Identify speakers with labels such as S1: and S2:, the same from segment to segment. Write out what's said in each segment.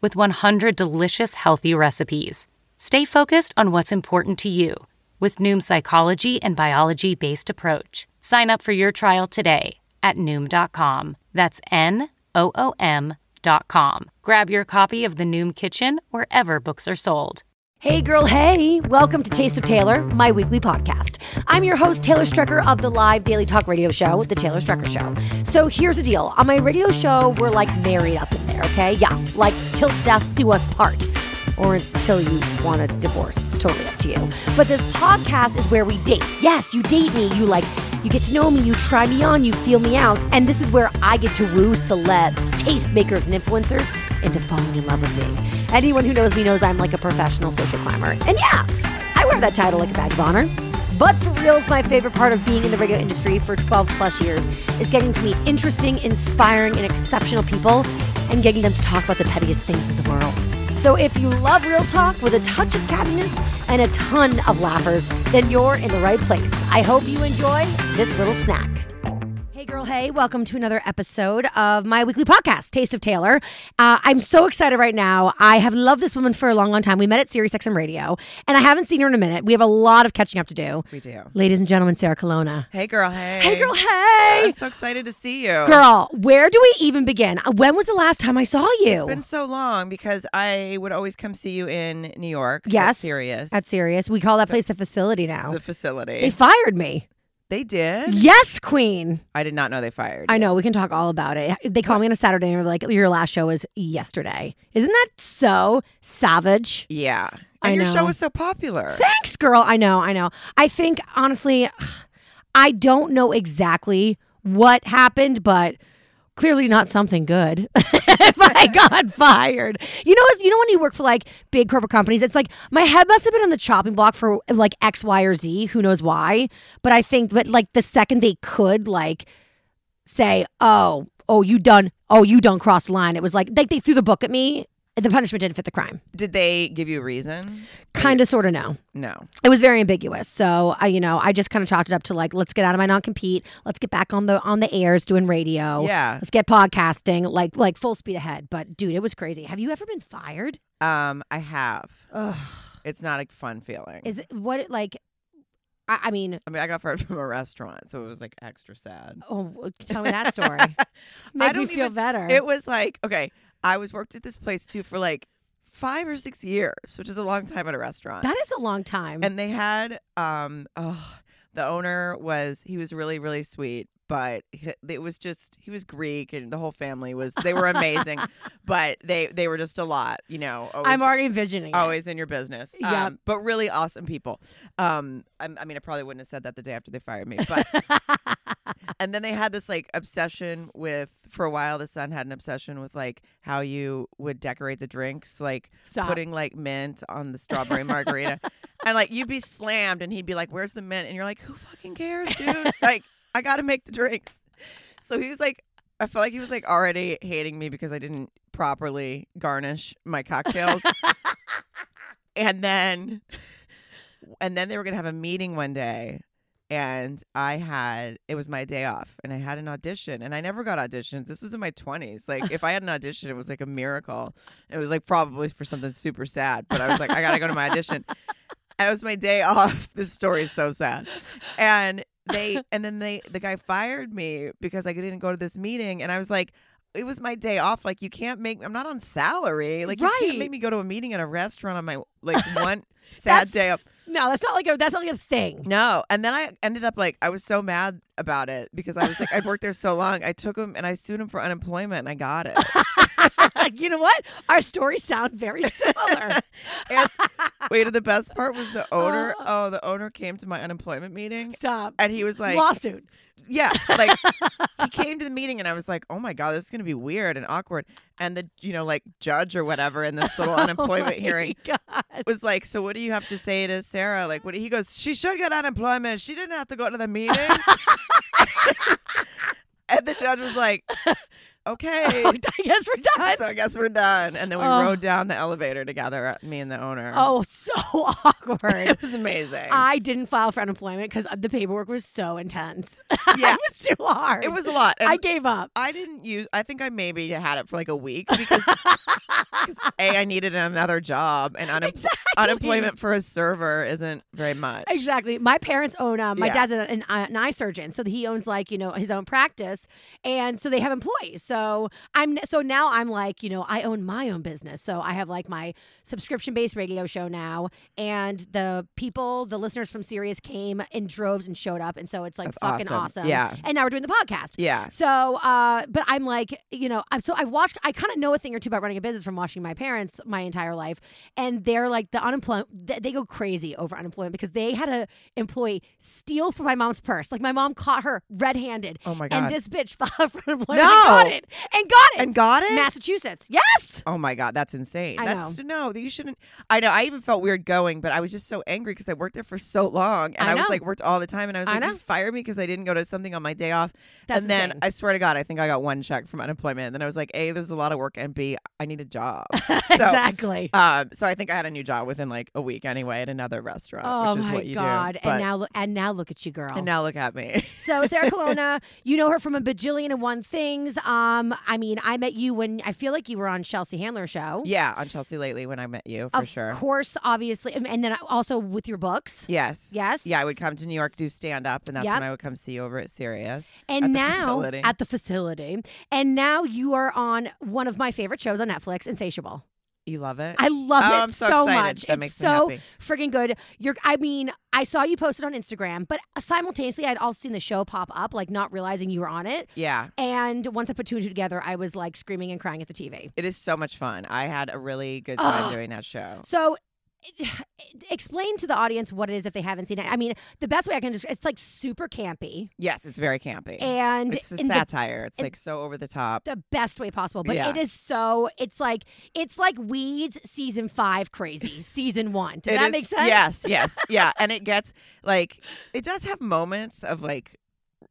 S1: with 100 delicious healthy recipes. Stay focused on what's important to you with Noom's psychology and biology based approach. Sign up for your trial today at Noom.com. That's N O O M.com. Grab your copy of The Noom Kitchen wherever books are sold.
S2: Hey, girl, hey. Welcome to Taste of Taylor, my weekly podcast. I'm your host, Taylor Strecker of the live daily talk radio show, The Taylor Strecker Show. So here's the deal on my radio show, we're like married up in there, okay? Yeah, like till death do us part, or until you want a divorce. Totally up to you. But this podcast is where we date. Yes, you date me. You like, you get to know me, you try me on, you feel me out. And this is where I get to woo celebs, tastemakers, and influencers into falling in love with me. Anyone who knows me knows I'm like a professional social climber. And yeah, I wear that title like a badge of honor. But for reals, my favorite part of being in the radio industry for 12 plus years is getting to meet interesting, inspiring, and exceptional people and getting them to talk about the pettiest things in the world. So if you love real talk with a touch of cattiness and a ton of laughers, then you're in the right place. I hope you enjoy this little snack. Hey, girl, hey, welcome to another episode of my weekly podcast, Taste of Taylor. Uh, I'm so excited right now. I have loved this woman for a long, long time. We met at Sirius XM Radio, and I haven't seen her in a minute. We have a lot of catching up to do.
S3: We do.
S2: Ladies and gentlemen, Sarah Colonna.
S3: Hey, girl. Hey.
S2: Hey, girl, hey.
S3: I'm so excited to see you.
S2: Girl, where do we even begin? Uh, When was the last time I saw you?
S3: It's been so long because I would always come see you in New York.
S2: yes.
S3: That's serious.
S2: That's serious. We call that place the facility now.
S3: the facility.
S2: they fired me.
S3: they did.
S2: Yes, queen.
S3: I did not know they fired.
S2: I
S3: you.
S2: know we can talk all about it. They call me on a Saturday and they're like, "Your last show was yesterday." Isn't that so savage?
S3: Yeah. And
S2: I
S3: your
S2: know.
S3: show was so popular.
S2: Thanks, girl. I know. I know. I think honestly, I don't know exactly what happened, but clearly not something good. if I got fired, you know, it's- you know when you work for like big corporate companies, it's like my head must have been on the chopping block for like X, Y, or Z. Who knows why? But I think, but like the second they could like say, "Oh, oh, you done, oh, you done crossed the line," it was like like they threw the book at me. The punishment didn't fit the crime.
S3: Did they give you a reason?
S2: Kind of, sort of, no
S3: No.
S2: it was very ambiguous. So I, you know, I just kind of chalked it up to like, let's get out of my non compete. Let's get back on the on the airs doing radio.
S3: Yeah.
S2: Let's get podcasting. Like like full speed ahead. But dude, it was crazy. Have you ever been fired?
S3: Um, I have.
S2: Ugh.
S3: It's not a fun feeling.
S2: Is it what it like? I, I mean,
S3: I mean, I got fired from a restaurant, so it was like extra sad.
S2: oh, w- tell me that story. Make me
S3: don't
S2: feel
S3: even-
S2: better.
S3: It was like, okay, I was worked at this place too for like five or six years, which is a long time at a restaurant.
S2: that is a long time.
S3: and they had um oh the owner was he was really really sweet but he- it was just he was greek and the whole family was they were amazing but they they were just a lot you know always,
S2: I'm already envisioning. it.
S3: always in your business
S2: Yep.
S3: um, but really awesome people um I, I mean i probably wouldn't have said that the day after they fired me but and then they had this like obsession with for a while the son had an obsession with like how you would decorate the drinks like
S2: Stop.
S3: putting like mint on the strawberry margarita and like you'd be slammed and he'd be like where's the mint and you're like who fucking cares dude like i gotta make the drinks so he was like i felt like he was like already hating me because i didn't properly garnish my cocktails and then and then they were gonna have a meeting one day and I had it was my day off and I had an audition and I never got auditions. This was in my twenties. Like if I had an audition, it was like a miracle. It was like probably for something super sad, but I was like, I gotta go to my audition. And it was my day off. This story is so sad. And they and then they the guy fired me because I didn't go to this meeting and I was like it was my day off. Like you can't make I'm not on salary. Like you
S2: Right.
S3: can't make me go to a meeting at a restaurant on my like one Sad
S2: That's-
S3: day up.
S2: No, that's not like a that's not like a thing.
S3: No. And then I ended up like I was so mad about it because I was like I'd worked there so long. I took him and I sued him for unemployment and I got it.
S2: you know what? Our stories sound very similar.
S3: and wait, the best part was the owner. Oh, the owner came to my unemployment meeting
S2: Stop.
S3: and he was like
S2: Lawsuit.
S3: Yeah, like he came to the meeting and I was like, "Oh my god, this is going to be weird and awkward." And the, you know, like judge or whatever in this little unemployment hearing
S2: Oh God.
S3: was like, "So what do you have to say to Sarah?" Like, what he goes, "She should get unemployment. She didn't have to go to the meeting." and the judge was like, "Okay."
S2: I guess we're done.
S3: So I guess we're done. And then we
S2: Oh.
S3: rode down the elevator together, uh, me and the owner.
S2: Oh, so awkward.
S3: it was amazing.
S2: I didn't file for unemployment because the paperwork was so intense.
S3: Yeah.
S2: it was too hard.
S3: it was a lot. And
S2: I gave up.
S3: I didn't use. I think I maybe had it for like a week because 'cause a I needed another job and unem- unemployment for a server isn't very much.
S2: Exactly. My parents own. Um, my
S3: Yeah.
S2: dad's an, an, eye- an eye surgeon, so he owns like you know his own practice, and so they have employees. So I'm so now I'm like you know I own my own business. So I have like my subscription based radio show now, and the people, the listeners from Sirius came in droves and showed up, and so it's like
S3: That's
S2: fucking awesome.
S3: awesome. Yeah.
S2: And now we're doing the podcast.
S3: Yeah.
S2: So, uh, but I'm like, you know, I'm, so I watched, I kind of know a thing or two about running a business from watching my parents my entire life. And they're like, the unemployment, they, they go crazy over unemployment because they had a employee steal from my mom's purse. Like, my mom caught her red handed.
S3: Oh my
S2: And
S3: God.
S2: this bitch filed for unemployment
S3: No.
S2: and got it. And got it.
S3: And got it.
S2: Massachusetts. Yes.
S3: oh my god, that's insane.
S2: I
S3: that's no, that you shouldn't. I know. I even felt weird going, but I was just so angry because I worked there for so long and
S2: I
S3: I, was
S2: know.
S3: like worked all the time and I was
S2: I
S3: like,
S2: know.
S3: you fired me because I didn't go to something on my day off.
S2: That's
S3: and then
S2: insane.
S3: I swear to God, I think I got one check from unemployment. And then I was like, a, this is a lot of work, and b, I need a job. So,
S2: exactly.
S3: Um, so I think I had a new job within like a week anyway at another restaurant,
S2: Oh
S3: which is
S2: my
S3: what you
S2: God!
S3: do. but-
S2: and now, lo- and now, look at you, girl.
S3: and now look at me.
S2: So Sarah Colonna, you know her from a bajillion and one things. Um, I mean, I met you when I feel like you were on Chelsea Handler's show.
S3: yeah, on Chelsea lately when I met you for
S2: of
S3: sure.
S2: course, obviously, um, and and then also with your books.
S3: Yes.
S2: Yes.
S3: Yeah, I would come to New York do stand up, and that's
S2: Yep.
S3: when I would come see you over at Sirius.
S2: And
S3: at the
S2: now
S3: facility.
S2: at the facility, and now you are on one of my favorite shows on Netflix, Insatiable.
S3: you love it.
S2: I love
S3: Oh,
S2: it
S3: I'm so excited.
S2: much.
S3: That
S2: it's
S3: makes me
S2: so
S3: happy.
S2: freaking good. You're, I mean, I saw you posted on Instagram, but simultaneously, I'd also seen the show pop up, like not realizing you were on it.
S3: yeah.
S2: And once I put two and two together, I was like screaming and crying at the TV.
S3: It is so much fun. I had a really good time
S2: Ugh.
S3: doing that show.
S2: So, explain to the audience what it is if they haven't seen it. I mean, the best way I can describe it's like super campy
S3: Yes, it's very campy.
S2: and
S3: it's a
S2: in the,
S3: satire. it's
S2: in-
S3: like so over the top.
S2: the best way possible. But
S3: Yeah.
S2: it is so it's like it's like Weeds season five crazy season one. Does
S3: It
S2: that
S3: is-
S2: make sense?
S3: Yes, yes, yeah. And it gets like it does have moments of like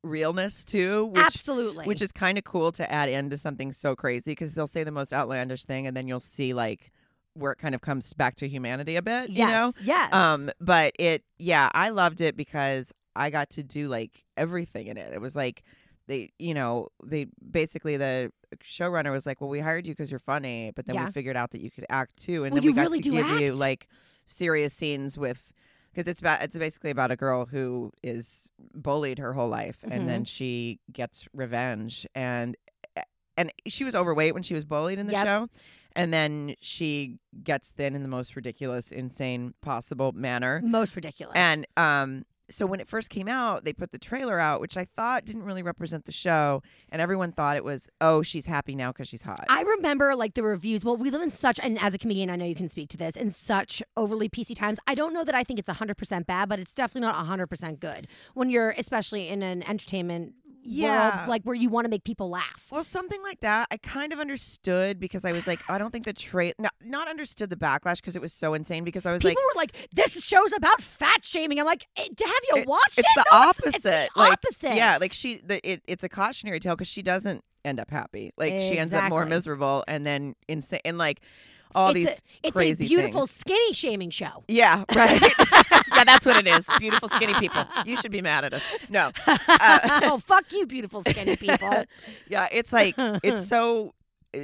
S3: realness too, which
S2: absolutely.
S3: which is kind of cool to add into something so crazy because they'll say the most outlandish thing and then you'll see like where it kind of comes back to humanity a bit,
S2: yes,
S3: you know.
S2: yes.
S3: Um, but it, yeah, I loved it because I got to do like everything in it. It was like they, you know, they basically the showrunner was like, "Well, we hired you because you're funny, but then
S2: Yeah.
S3: we figured out that you could act too, and
S2: Well,
S3: then
S2: you
S3: we got
S2: really
S3: to
S2: do
S3: give you
S2: act.
S3: like serious scenes with." Because it's about it's basically about a girl who is bullied her whole life,
S2: Mhm.
S3: and then she gets revenge, and and she was overweight when she was bullied in the
S2: Yep.
S3: show, and then she gets thin in the most ridiculous, insane possible manner.
S2: most ridiculous.
S3: And um, so when it first came out, they put the trailer out, which I thought didn't really represent the show, and everyone thought it was, oh, she's happy now because she's hot.
S2: I remember like the reviews. Well, we live in such, and as a comedian, I know you can speak to this, in such overly PC times. I don't know that I think it's 100% bad, but it's definitely not 100% good when you're, especially in an entertainment
S3: Yeah.
S2: world, like where you want to make people laugh.
S3: well, something like that. I kind of understood because I was like, I don't think the trailer, no, not understood the backlash because it was so insane. Because I was
S2: People
S3: like,
S2: were like, this show's about fat shaming. I'm like, eh, have you
S3: It-
S2: watched it?
S3: it's the
S2: No,
S3: opposite.
S2: It's, the
S3: like,
S2: opposite.
S3: Yeah, like she, the, it, it's a cautionary tale because she doesn't end up happy. Like she ends up more
S2: Exactly.
S3: miserable and then insane and like all
S2: it's
S3: these
S2: a, it's
S3: crazy
S2: a beautiful
S3: things.
S2: skinny shaming show.
S3: Yeah, right. yeah, that's what it is. Beautiful skinny people. You should be mad at us. No. Uh,
S2: oh, fuck you, beautiful skinny people.
S3: yeah, it's like it's eh, so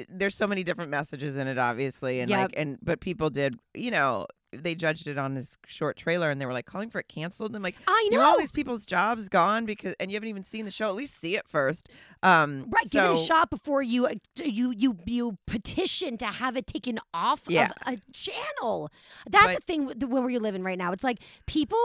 S3: there's so many different messages in it obviously and
S2: Yep.
S3: like and but people did, you know, they judged it on this short trailer and they were like calling for it canceled. And I'm like,
S2: I
S3: you
S2: know.
S3: know all these people's jobs gone because and you haven't even seen the show. At least see it first. Um,
S2: Right, give it a
S3: so-
S2: shot before you uh, you you you petition to have it taken off
S3: Yeah.
S2: of a channel. That's
S3: But-
S2: the thing with the- where we're living right now. It's like people.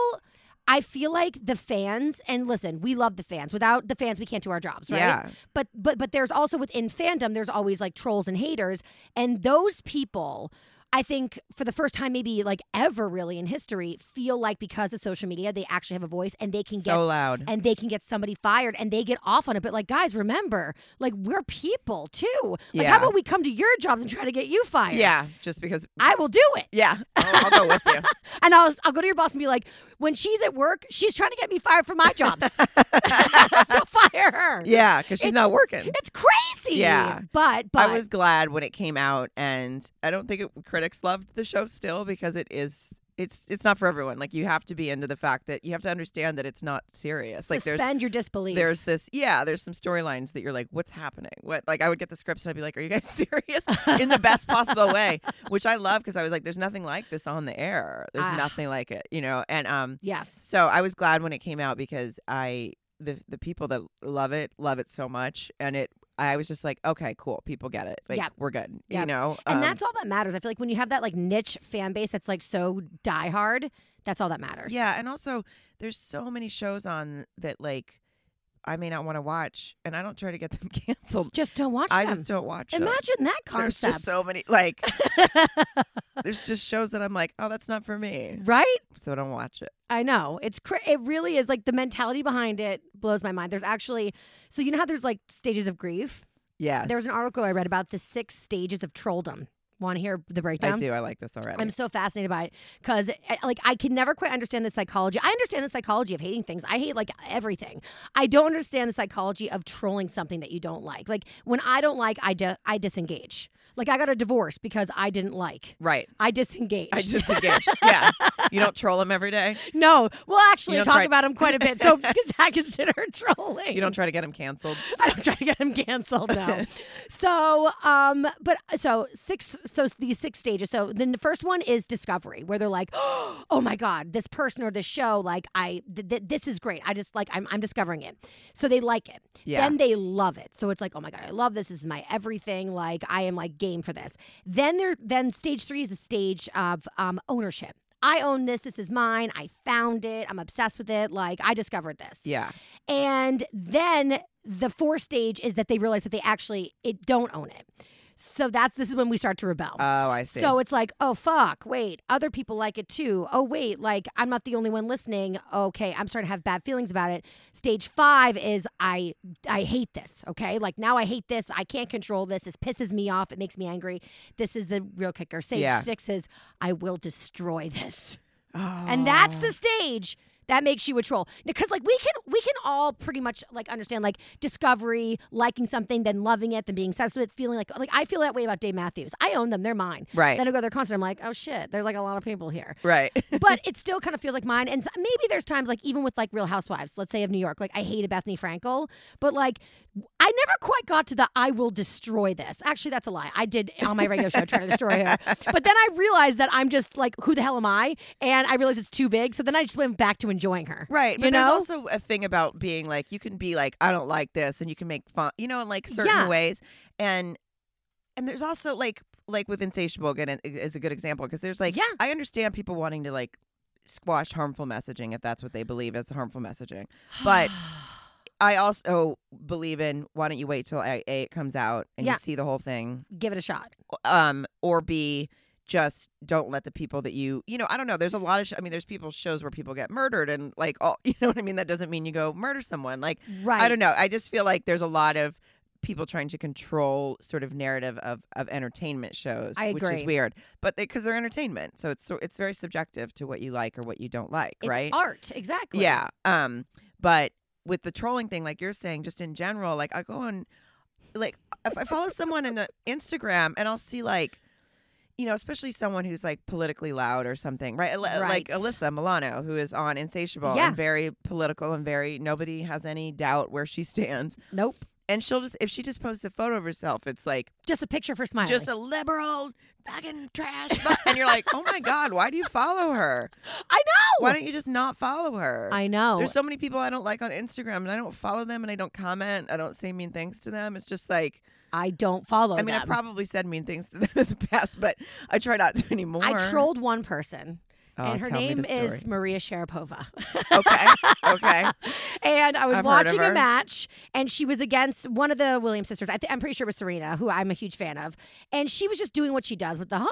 S2: I feel like the fans, and listen, we love the fans. Without the fans, we can't do our jobs, right?
S3: Yeah.
S2: But but but there's also within fandom, there's always like trolls and haters, and those people. I think for the first time, maybe like ever really in history, feel like because of social media, they actually have a voice and they can get
S3: So loud.
S2: and they can get somebody fired and they get off on it. But like, guys, remember, like we're people too. Like,
S3: Yeah.
S2: how about we come to your jobs and try to get you fired?
S3: Yeah, just because.
S2: I will do it.
S3: Yeah, I'll, I'll go with you.
S2: And I'll, I'll go to your boss and be like, when she's at work, she's trying to get me fired from my jobs. so fire her.
S3: Yeah, because she's not working.
S2: It's crazy.
S3: Yeah.
S2: But, but
S3: I was glad when it came out, and I don't think it, critics loved the show still because it is. It's it's not for everyone. Like you have to be into the fact that you have to understand that it's not serious. Like
S2: suspend
S3: there's
S2: your disbelief.
S3: there's this yeah there's some storylines that you're like what's happening what like i would get the scripts and i'd be like are you guys serious in the best possible way which i love because i was like there's nothing like this on the air there's
S2: Ah.
S3: nothing like it you know and um
S2: yes.
S3: so I was glad when it came out because I the the people that love it love it so much, and it I was just like, okay, cool, people get it, like
S2: Yep.
S3: we're good,
S2: Yep.
S3: you know.
S2: And
S3: Um,
S2: that's all that matters. I feel like when you have that like niche fan base that's like so diehard, that's all that matters.
S3: yeah, and also there's so many shows on that like I may not want to watch, and I don't try to get them canceled.
S2: Just don't watch
S3: I
S2: them.
S3: just don't watch. them.
S2: Imagine that
S3: There's
S2: concept.
S3: just so many like there's just shows that I'm like, oh, that's not for me,
S2: right?
S3: so I don't watch it.
S2: I know. It's cra- it really is like the mentality behind it blows my mind. There's actually so you know how there's like stages of grief?
S3: Yes,
S2: There was an article I read about the six stages of trolldom. Want to hear the breakdown?
S3: I do. I like this already.
S2: I'm so fascinated by it because, like, I can never quite understand the psychology. I understand the psychology of hating things. I hate like everything. I don't understand the psychology of trolling something that you don't like. Like when I don't like, I di- I disengage. Like I got a divorce because I didn't like.
S3: right.
S2: I disengage.
S3: I just engaged. yeah, you don't troll them every day.
S2: No, we'll actually
S3: You don't
S2: talk
S3: try-
S2: about him quite a bit. So because I consider it trolling.
S3: You don't try to get them canceled.
S2: I don't try to get him canceled now. so, um, but so six, so these six stages. So the first one is discovery, where they're like, oh my god, this person or this show, like I, th- th- this is great. I just like I'm, I'm discovering it. So they like it.
S3: Yeah.
S2: Then they love it. So it's like, oh my god, I love this. This is my everything. Like I am like game for this. Then there, then stage three is a stage of um, ownership. I own this. This is mine. I found it. I'm obsessed with it. Like I discovered this.
S3: Yeah.
S2: And then the fourth stage is that they realize that they actually it don't own it. So that's this is when we start to rebel.
S3: Oh, I see.
S2: so it's like, oh fuck, wait, other people like it too. Oh wait, like I'm not the only one listening. Okay, I'm starting to have bad feelings about it. Stage 5 is I I hate this, okay? Like now I hate this. I can't control this. This pisses me off. It makes me angry. This is the real kicker. Stage
S3: Yeah.
S2: 6 is I will destroy this
S3: Oh.
S2: and that's the stage that makes you a troll because like we can we can all pretty much like understand like discovery liking something then loving it then being obsessed with it feeling like like i feel that way about dave matthews i own them they're mine
S3: Right.
S2: then i go to their concert i'm like oh shit there's like a lot of people here
S3: right.
S2: but it still kind of feels like mine. And s- maybe there's times like even with like Real Housewives, let's say of New York, like I hated Bethany Frankel, but like I never quite got to the I will destroy this. Actually, that's a lie. I did on my radio show try to destroy her, but then I realized that I'm just like, who the hell am I? And I realized it's too big. So then I just went back to enjoying her.
S3: Right. But
S2: you
S3: there's
S2: know?
S3: also a thing about being like, you can be like, I don't like this, and you can make fun, you know, in like certain
S2: Yeah.
S3: ways. And and there's also like, like with Insatiable again is a good example because there's like,
S2: Yeah.
S3: I understand people wanting to like squash harmful messaging if that's what they believe is harmful messaging. But I also believe in why don't you wait till A, a it comes out and
S2: Yeah.
S3: you see the whole thing
S2: give it a shot.
S3: um or b just don't let the people that you you know i don't know there's a lot of sh- i mean there's people shows where people get murdered and like all you know what i mean that doesn't mean you go murder someone like
S2: Right.
S3: i don't know i just feel like there's a lot of people trying to control sort of narrative of of entertainment shows
S2: I
S3: which is
S2: agree.
S3: weird but because they, are entertainment so it's so it's very subjective to what you like or what you don't like
S2: it's
S3: right
S2: art exactly.
S3: yeah um but with the trolling thing like you're saying just in general like i go on like if i follow someone on instagram and i'll see like you know especially someone who's like politically loud or something right, Al-
S2: Right.
S3: like alyssa milano who is on insatiable
S2: Yeah.
S3: and very political and very nobody has any doubt where she stands
S2: Nope.
S3: And she'll just if she just posts a photo of herself, it's like
S2: Just a picture for Smiley.
S3: just a liberal fucking trash. bu-" and you're like, oh my god, why do you follow her?
S2: I know.
S3: Why don't you just not follow her?
S2: I know.
S3: There's so many people I don't like on Instagram, and I don't follow them, and I don't comment, I don't say mean things to them. It's just like
S2: I don't follow.
S3: I mean, I
S2: them.
S3: probably said mean things to them in the past, but I try not to anymore.
S2: I trolled one person,
S3: Oh,
S2: and her
S3: tell me
S2: name
S3: the story.
S2: is Maria Sharapova.
S3: okay, okay.
S2: and I was
S3: I've heard of
S2: watching a
S3: her.
S2: match, and she was against one of the Williams sisters. I th- I'm pretty sure it was Serena, who I'm a huge fan of, and she was just doing what she does with the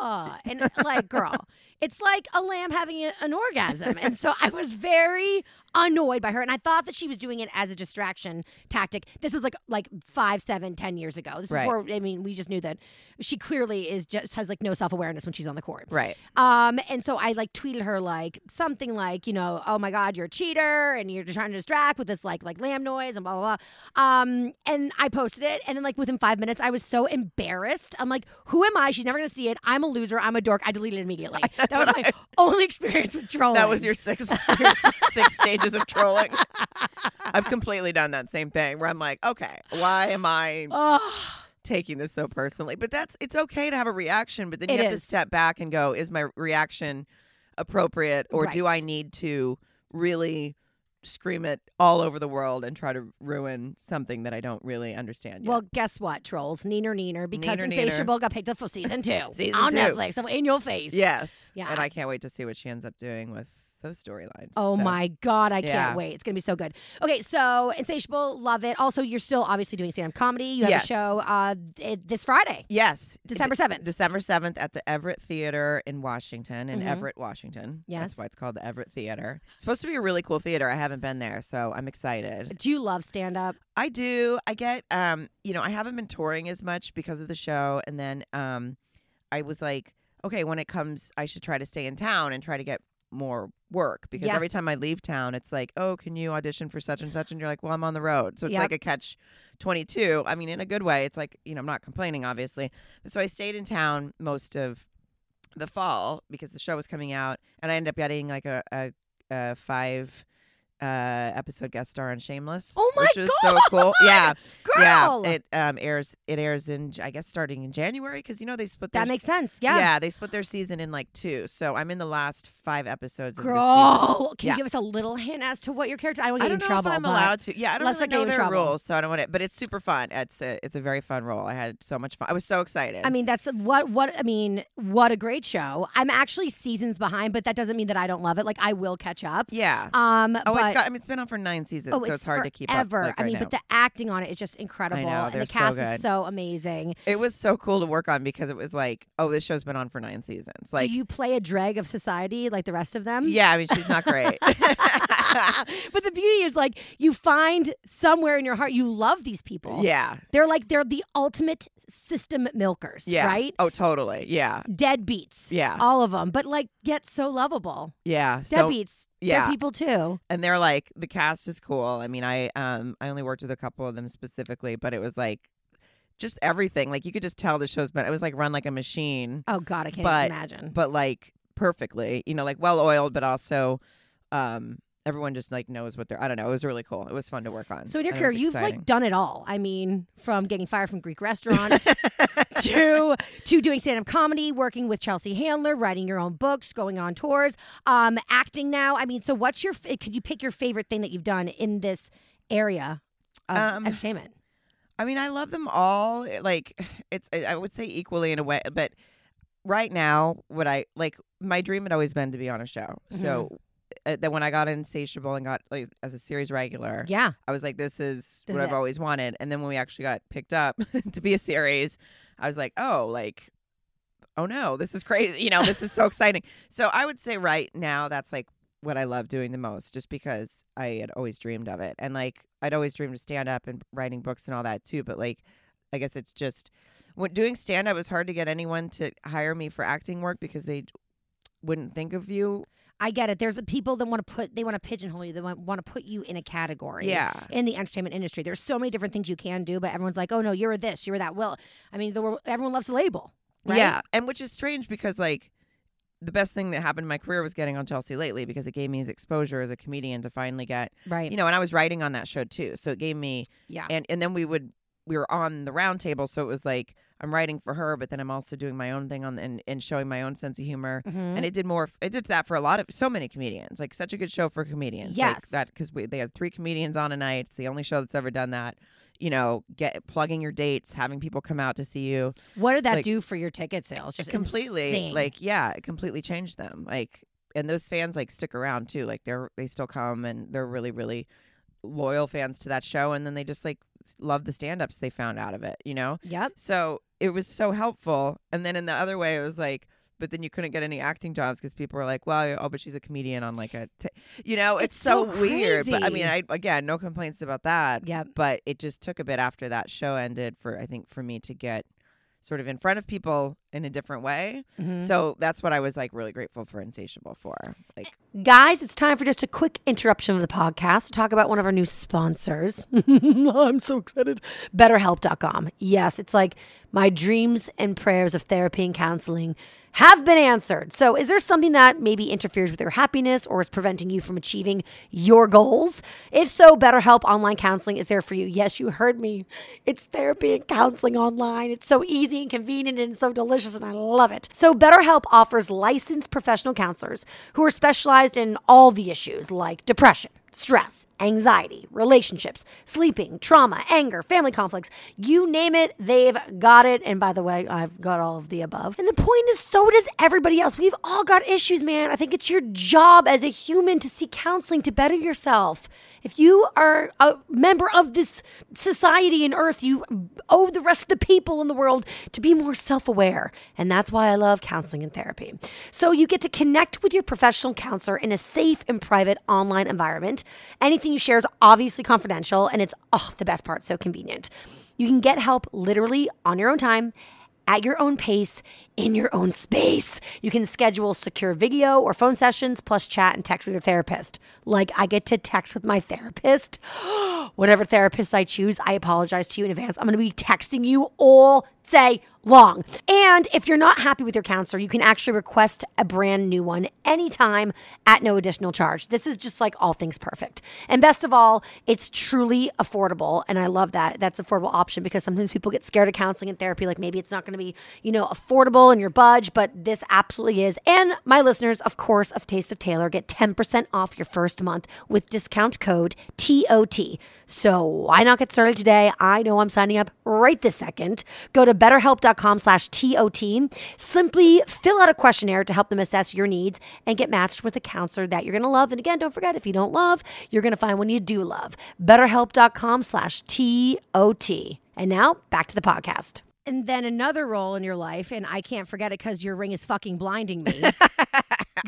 S2: "Ah," and like, girl, it's like a lamb having a- an orgasm. And so I was very annoyed by her, and I thought that she was doing it as a distraction tactic. This was like like five, seven, ten years ago. This is
S3: Right.
S2: before. I mean, we just knew that she clearly is just has like no self awareness when she's on the court,
S3: Right.
S2: um, and so I like tweeted her like something like, you know, oh my god, you're a cheater and you're just trying to distract with this like like lamb noise and blah blah blah. Um, and I posted it and then like within five minutes I was so embarrassed. I'm like, who am I? She's never gonna see it. I'm a loser, I'm a dork. I deleted it immediately. That was my only experience with trolling.
S3: That was your six your six stages of trolling. I've completely done that same thing where I'm like, okay, why am I
S2: Ugh.
S3: taking this so personally? But that's it's okay to have a reaction, but then you
S2: It
S3: have
S2: is.
S3: to step back and go, is my reaction appropriate or do
S2: Right.
S3: I need to really scream it all over the world and try to ruin something that I don't really understand yet?
S2: Well, guess what, trolls? Neener neener because
S3: Neener, neener.
S2: Insatiable got picked up for season two
S3: Season
S2: on
S3: two.
S2: Netflix. So in your face.
S3: yes.
S2: Yeah,
S3: And
S2: I-
S3: I can't wait to see what she ends up doing with those storylines.
S2: Oh
S3: So,
S2: my god, I
S3: Yeah.
S2: can't wait. It's gonna be so good. Okay, so insatiable, love it. Also, you're still obviously doing stand-up comedy. You have a
S3: Yes.
S2: show uh, th- this Friday,
S3: Yes.
S2: December seventh.
S3: December 7th at the Everett Theater in Washington, in
S2: Mhm.
S3: Everett, Washington.
S2: Yes.
S3: That's why it's called the Everett Theater. It's supposed to be a really cool theater. I haven't been there, so I'm excited.
S2: Do you love stand-up?
S3: I do. I get, um, you know, I haven't been touring as much because of the show. And then um, I was like, okay, when it comes, I should try to stay in town and try to get more work because
S2: Yeah.
S3: every time I leave town, it's like, oh, can you audition for such and such? And you're like, well, I'm on the road. So it's
S2: Yep.
S3: like a catch 22. I mean, in a good way, it's like, you know, I'm not complaining, obviously. So I stayed in town most of the fall because the show was coming out and I ended up getting like a, a, a five uh episode guest star on Shameless.
S2: Oh my
S3: which is so cool. Yeah.
S2: Girl,
S3: Yeah. It um airs it airs in I guess starting in January cuz you know they split
S2: that
S3: their
S2: makes
S3: s-
S2: sense. Yeah,
S3: they split their season in like two. So I'm in the last 5 episodes of this season.
S2: girl, can
S3: Yeah.
S2: you give us a little hint as to what your character? I won't
S3: I
S2: get
S3: don't
S2: in
S3: know
S2: trouble.
S3: if I'm
S2: but-
S3: allowed to. Yeah, I don't
S2: let's
S3: really
S2: not get
S3: know
S2: in
S3: their
S2: trouble.
S3: rules, so I don't want it. But it's super fun. It's a it's a very fun role. I had so much fun. I was so excited.
S2: I mean, that's what what I mean. What a great show! I'm actually seasons behind, but that doesn't mean that I don't love it. Like I will catch up.
S3: yeah.
S2: Um,
S3: oh,
S2: but
S3: it's got. I mean, it's been on for nine seasons,
S2: oh,
S3: so it's, hard to keep up.
S2: forever.
S3: like,
S2: I
S3: right
S2: mean,
S3: now.
S2: but the acting on it is just incredible, and
S3: they're
S2: the
S3: so
S2: cast is
S3: good.
S2: so amazing.
S3: It was so cool to work on because it was like, oh, this show's been on for nine seasons. Like,
S2: do you play a dreg of society like the rest of them?
S3: yeah, I mean, she's not great.
S2: but the beauty is like you find somewhere in your heart you love these people.
S3: yeah,
S2: They're like they're the ultimate system milkers,
S3: yeah.
S2: right?
S3: Oh, totally. Yeah,
S2: Deadbeats.
S3: Yeah.
S2: All of them, but like yet so lovable.
S3: yeah. So,
S2: Deadbeats. They're
S3: yeah.
S2: people too.
S3: and they're like, the cast is cool. I mean, I um, I only worked with a couple of them specifically, but it was like, just everything. Like, you could just tell the show's been. It was like run like a machine,
S2: Oh god, I can't
S3: But-
S2: imagine.
S3: but like perfectly. You know, like well oiled, but also, um. Everyone just like knows what they're. I don't know. It was really cool. It was fun to work on.
S2: so in your
S3: and it
S2: career,
S3: was
S2: you've
S3: Oh, exciting.
S2: like done it all. I mean, from getting fired from Greek restaurant to to doing stand-up comedy, working with Chelsea Handler, writing your own books, going on tours, um, acting now. I mean, so what's your f- could you pick your favorite thing that you've done in this area of
S3: Um,
S2: entertainment?
S3: I mean, I love them all. It- Like, it's I I would say equally in a way, but right now, what I like, my dream had always been to be on a show. So uh, then when I got insatiable and got like as a series regular,
S2: Yeah.
S3: I was like, this is
S2: This
S3: what
S2: is
S3: I've
S2: it.
S3: always wanted. And then when we actually got picked up to be a series, I was like, oh, like, oh no, this is crazy. You know, this is so exciting. So I would say right now, that's like what I love doing the most, just because I had always dreamed of it. And like, I'd always dreamed of stand up and writing books and all that too. But like, I guess it's just when doing stand up, it was hard to get anyone to hire me for acting work because they wouldn't think of you.
S2: I get it. There's the people that want to put they want to pigeonhole you. They want, want to put you in a category.
S3: Yeah.
S2: In the entertainment industry, there's so many different things you can do, but everyone's like, "Oh no, you're this, you're that." Well, I mean, the, world- everyone loves to label. Right?
S3: Yeah. And which is strange because like the best thing that happened in my career was getting on Chelsea lately because it gave me his exposure as a comedian to finally get
S2: Right.
S3: you know, and I was writing on that show too. So it gave me
S2: yeah.
S3: and and then we would we were on the round table, so it was like I'm writing for her, but then I'm also doing my own thing on and, and showing my own sense of humor.
S2: Mhm.
S3: And it did more. It did that for a lot of so many comedians. Like such a good show for comedians.
S2: Yes.
S3: like that because they had three comedians on a night. It's the only show that's ever done that. You know, get plugging your dates, having people come out to see you.
S2: what did that
S3: like-
S2: do for your ticket sales? Just
S3: completely,
S2: insane.
S3: like yeah, it completely changed them. Like and those fans like stick around too. Like they're they still come and they're really really loyal fans to that show. And then they just like love the stand ups they found out of it. You know,
S2: Yep.
S3: so it was so helpful. And then in the other way, it was like, but then you couldn't get any acting jobs because people were like, well, oh, but she's a comedian on like a, t-. you know, it's,
S2: It's
S3: so,
S2: so
S3: weird. But I mean, I
S2: crazy.
S3: again, no complaints about that.
S2: Yep.
S3: But it just took a bit after that show ended for, I think, for me to get sort of in front of people in a different way.
S2: Mhm.
S3: So that's what I was like really grateful for Insatiable for. Like,
S2: Eh, Guys, it's time for just a quick interruption of the podcast to talk about one of our new sponsors. I'm so excited. BetterHelp.com. Yes, it's like my dreams and prayers of therapy and counseling have been answered. So, is there something that maybe interferes with your happiness or is preventing you from achieving your goals? If so, BetterHelp online counseling is there for you. Yes, you heard me. It's therapy and counseling online. It's so easy and convenient and so delicious, and I love it. So, BetterHelp offers licensed professional counselors who are specialized in all the issues like depression, stress, anxiety, relationships, sleeping, trauma, anger, family conflicts you name it, they've got it. And by the way, I've got all of the above. And the point is, so does everybody else. We've all got issues, man. I think it's your job as a human to seek counseling to better yourself. If you are a member of this society and earth, you owe the rest of the people in the world to be more self aware. And that's why I love counseling and therapy. So you get to connect with your professional counselor in a safe and private online environment. Anything you share is obviously confidential, and it's oh, the best part so convenient. You can get help literally on your own time, at your own pace, in your own space. You can schedule secure video or phone sessions, plus chat and text with your therapist. Like I get to text with my therapist. Whatever therapist I choose, I apologize to you in advance. I'm going to be texting you all day long. And if you're not happy with your counselor, you can actually request a brand new one anytime at no additional charge. This is just like all things perfect. And best of all, it's truly affordable. And I love that. That's an affordable option because sometimes people get scared of counseling and therapy. Like maybe it's not going to be, you know, affordable and your budge, but this absolutely is. And my listeners, of course, of Taste of Taylor get 10% off your first month with discount code TOT. So why not get started today? I know I'm signing up right this second. Go to betterhelp.com slash TOT. Simply fill out a questionnaire to help them assess your needs and get matched with a counselor that you're going to love. And again, don't forget, if you don't love, you're going to find one you do love. Betterhelp.com slash TOT. And now back to the podcast. And then another role in your life, and I can't forget it because your ring is fucking blinding me.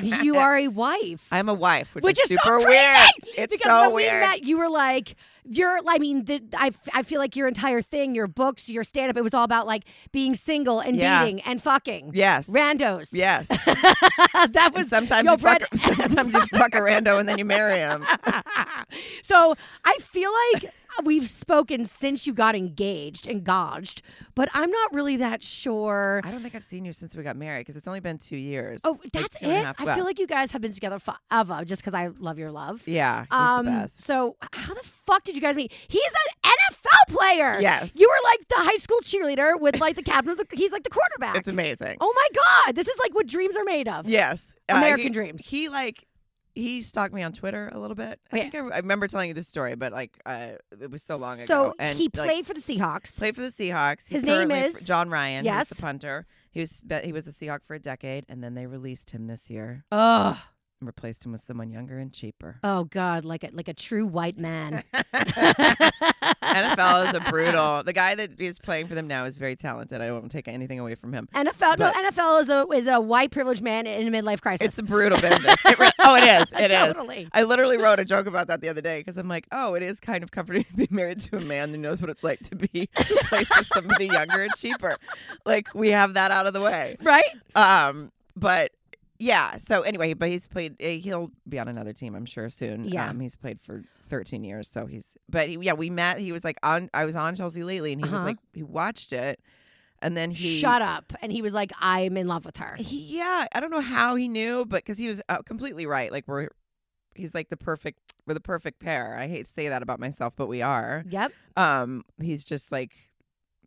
S2: you are a wife
S3: I'm a wife, which,
S2: which is
S3: super
S2: so
S3: weird.
S2: crazy.
S3: It's
S2: because
S3: so
S2: when
S3: weird.
S2: We met, you were like, you're. I mean, the, I f- I feel like your entire thing, your books, your stand up, it was all about like being single and
S3: Yeah.
S2: dating and fucking.
S3: yes.
S2: Randos.
S3: Yes.
S2: that
S3: And
S2: was
S3: sometimes
S2: yo,
S3: you fuck,
S2: Brad-
S3: sometimes you fuck a rando and then you marry him.
S2: so I feel like we've spoken since you got engaged and gouged, but I'm not really that sure.
S3: I don't think I've seen you since we got married because it's only been two years.
S2: Oh,
S3: Like,
S2: that's
S3: two and a
S2: it.
S3: half-
S2: I
S3: well,
S2: feel like you guys have been together forever, just because I love your love.
S3: yeah, he's the best.
S2: Um, So how the fuck did you guys meet? He's an NFL player.
S3: Yes.
S2: You were like the high school cheerleader with like the captain. Of the, he's like the quarterback.
S3: It's amazing.
S2: oh my god, this is like what dreams are made of.
S3: yes,
S2: American
S3: he-
S2: dreams.
S3: He like he stalked me on Twitter a little bit. I
S2: Okay.
S3: think I, I remember telling you this story, but like uh, it was so long ago. And
S2: he
S3: like,
S2: played for the Seahawks.
S3: played for the Seahawks. He's
S2: His name
S3: currently
S2: is-
S3: fr- John Ryan.
S2: Yes.
S3: he's the punter. He was but he was a Seahawk for a decade, and then they released him this year
S2: Ugh.
S3: and replaced him with someone younger and cheaper.
S2: Oh god, like a like a true white man.
S3: NFL is a brutal. The guy that is playing for them now is very talented. I don't take anything away from him.
S2: NFL, no,
S3: But-
S2: NFL is a is a white privileged man in a midlife crisis.
S3: It's a brutal business. It re- oh, it is. It is.
S2: Totally.
S3: I literally wrote a joke about that the other day because I'm like, oh, it is kind of comforting to be married to a man who knows what it's like to be replaced with somebody younger and cheaper. Like we have that out of the way.
S2: right?
S3: Um, but yeah. So anyway, but he's played. eh, He'll be on another team, I'm sure, soon.
S2: Yeah.
S3: Um, he's played for 13 years, so he's. But he, yeah, we met. He was like on. I was on Chelsea lately, and he was
S2: Uh-huh.
S3: like he watched it, and then he
S2: Shut up. And he was like, I'm in love with her.
S3: He, yeah, I don't know how he knew, but because he was uh, completely right. Like we're, he's like the perfect. We're the perfect pair. I hate to say that about myself, but we are.
S2: Yep.
S3: Um, he's just like,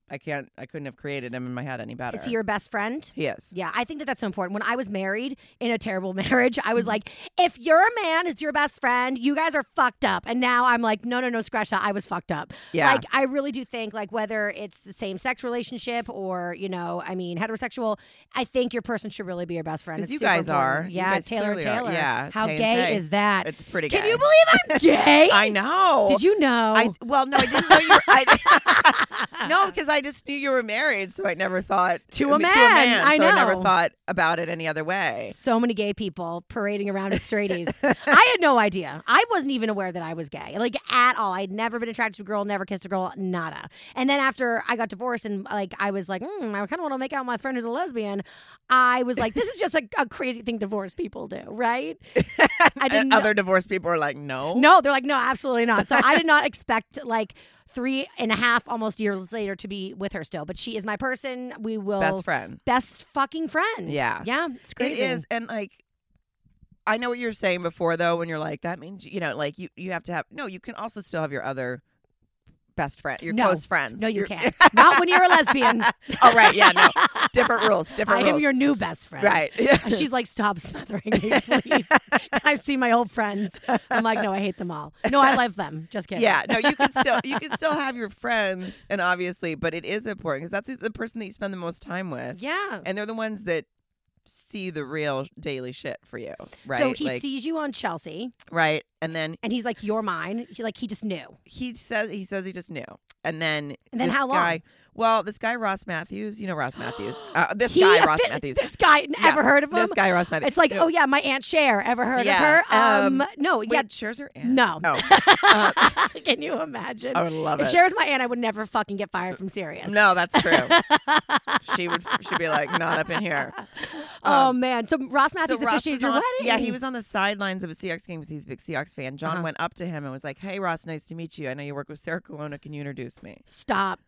S3: I can't. I couldn't have created him in my head any better.
S2: Is he your best friend?
S3: He is.
S2: Yeah, I think that that's so important. When I was married in a terrible marriage, I
S3: Mm-hmm.
S2: was like, if your man is your best friend, you guys are fucked up. And now I'm like, no, no, no, scratch that. I was fucked up.
S3: Yeah.
S2: Like, I really do think, like, whether it's the same sex relationship or, you know, I mean, heterosexual, I think your person should really be your best friend.
S3: Because
S2: It's
S3: you
S2: super
S3: guys are.
S2: important.
S3: You
S2: Yeah,
S3: guys
S2: Taylor,
S3: clearly are.
S2: Taylor.
S3: Yeah,
S2: How
S3: Tay and
S2: gay
S3: Tay.
S2: is that?
S3: It's pretty.
S2: Can
S3: gay.
S2: you believe I'm gay?
S3: I know.
S2: Did you know?
S3: I well, no, I didn't know you. Were, I, no, because I just knew you were married, so I never thought
S2: To
S3: I
S2: a
S3: mean, To a
S2: man,
S3: man
S2: I
S3: so I never
S2: know.
S3: thought about it any other way.
S2: so many gay people parading around as straighties. I had no idea. I wasn't even aware that I was gay, like at all. I'd never been attracted to a girl, never kissed a girl, nada. And then after I got divorced and like I was like, mm, I kind of want to make out with my friend who's a lesbian. I was like, this is just a, a crazy thing divorced people do, right? I
S3: And
S2: didn't.
S3: other divorced people are like, no,
S2: no, they're like, no, absolutely not. So I did not expect like three and a half almost years later to be with her still, but she is my person. We will
S3: best friend.
S2: best fucking friend.
S3: Yeah.
S2: yeah, it's crazy.
S3: It is, and like, I know what you were saying before, though, when you're like, that means you know, like you you have to have. No, you can also still have your other best friend, your
S2: No.
S3: close friends.
S2: No, you
S3: Your-
S2: can't. Not when you're a lesbian.
S3: oh right, yeah, no, different rules, different
S2: I am
S3: rules.
S2: your new best friend. Uh,
S3: right.
S2: She's like, stop smothering me, please. I see my old friends. I'm like, no, I hate them all. No, I love them. Just kidding.
S3: Yeah, no, you can still you can still have your friends, and obviously, but it is important because that's the person that you spend the most time with,
S2: Yeah.
S3: and they're the ones that see the real daily shit for you, right?
S2: So he
S3: Like-
S2: sees you on Chelsea
S3: right, and then
S2: and he's like, you're mine. He, like, he just knew.
S3: he says he says he just knew, and then
S2: And then
S3: this
S2: how long?
S3: Guy, well, this guy Ross Matthews, you know Ross Matthews, uh, this
S2: He
S3: guy Ross
S2: fit-
S3: Matthews,
S2: This guy,
S3: Yeah,
S2: ever heard of him?
S3: This guy Ross Matthews.
S2: It's like,
S3: Ew.
S2: oh, yeah, my Aunt Cher. Ever heard
S3: Yeah,
S2: of her? Um,
S3: um,
S2: No,
S3: wait,
S2: yeah.
S3: Cher's her aunt.
S2: No.
S3: Oh,
S2: Can you imagine?
S3: I would love
S2: if
S3: it.
S2: Cher was my aunt, I would never fucking get fired from Sirius.
S3: no, that's true. she would she'd be like, not up in here.
S2: Oh man! So Ross Matthews
S3: Ross
S2: officiated
S3: was
S2: your
S3: on-
S2: wedding.
S3: Yeah, he was on the sidelines of a Seahawks game because he's a big Seahawks fan. John
S2: Uh-huh.
S3: went up to him and was like, "Hey, Ross, nice to meet you. I know you work with Sarah Colonna. Can you introduce me?"
S2: Stop.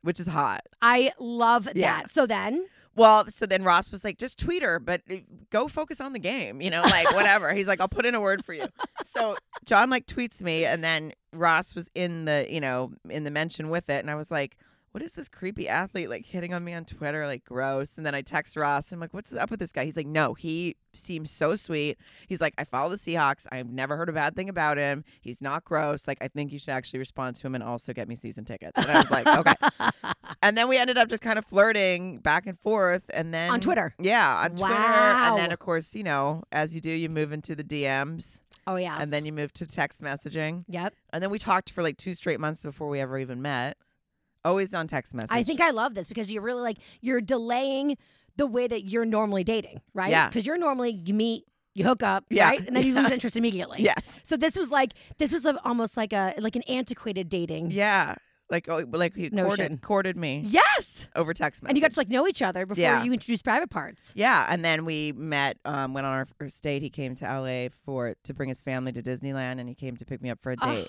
S3: Which is hot.
S2: I love
S3: Yeah.
S2: that. So then,
S3: Well, so then Ross was like, "Just tweet her, but uh, go focus on the game. You know, like whatever." he's like, "I'll put in a word for you." So John like tweets me, and then Ross was in the you know in the mention with it, and I was like. What is this creepy athlete like hitting on me on Twitter? Like gross. And then I text Ross. I'm like, what's up with this guy? He's like, no, he seems so sweet. He's like, I follow the Seahawks. I've never heard a bad thing about him. He's not gross. Like, I think you should actually respond to him and also get me season tickets. And I was like, okay. And then we ended up just kind of flirting back and forth. And then
S2: On Twitter.
S3: Yeah, on Twitter.
S2: Wow.
S3: And then, of course, you know, as you do, you move into the DMs
S2: oh yeah,
S3: and then you move to text messaging.
S2: yep.
S3: And then we talked for like two straight months before we ever even met. Always on text message.
S2: I think I love this because you're really like you're delaying the way that you're normally dating, right?
S3: Yeah.
S2: Because you're normally you meet, you hook up,
S3: Yeah.
S2: right, and then you lose interest immediately.
S3: Yes.
S2: So this was like this was a, almost like a like an antiquated dating.
S3: Yeah. Like, oh, like he
S2: Notion.
S3: courted, courted me
S2: Yes.
S3: over text message.
S2: And you got to like know each other before
S3: Yeah.
S2: you introduce private parts.
S3: Yeah, and then we met. Um, went on our first date. He came to LA for to bring his family to Disneyland, and he came to pick me up for a
S2: Ugh.
S3: date.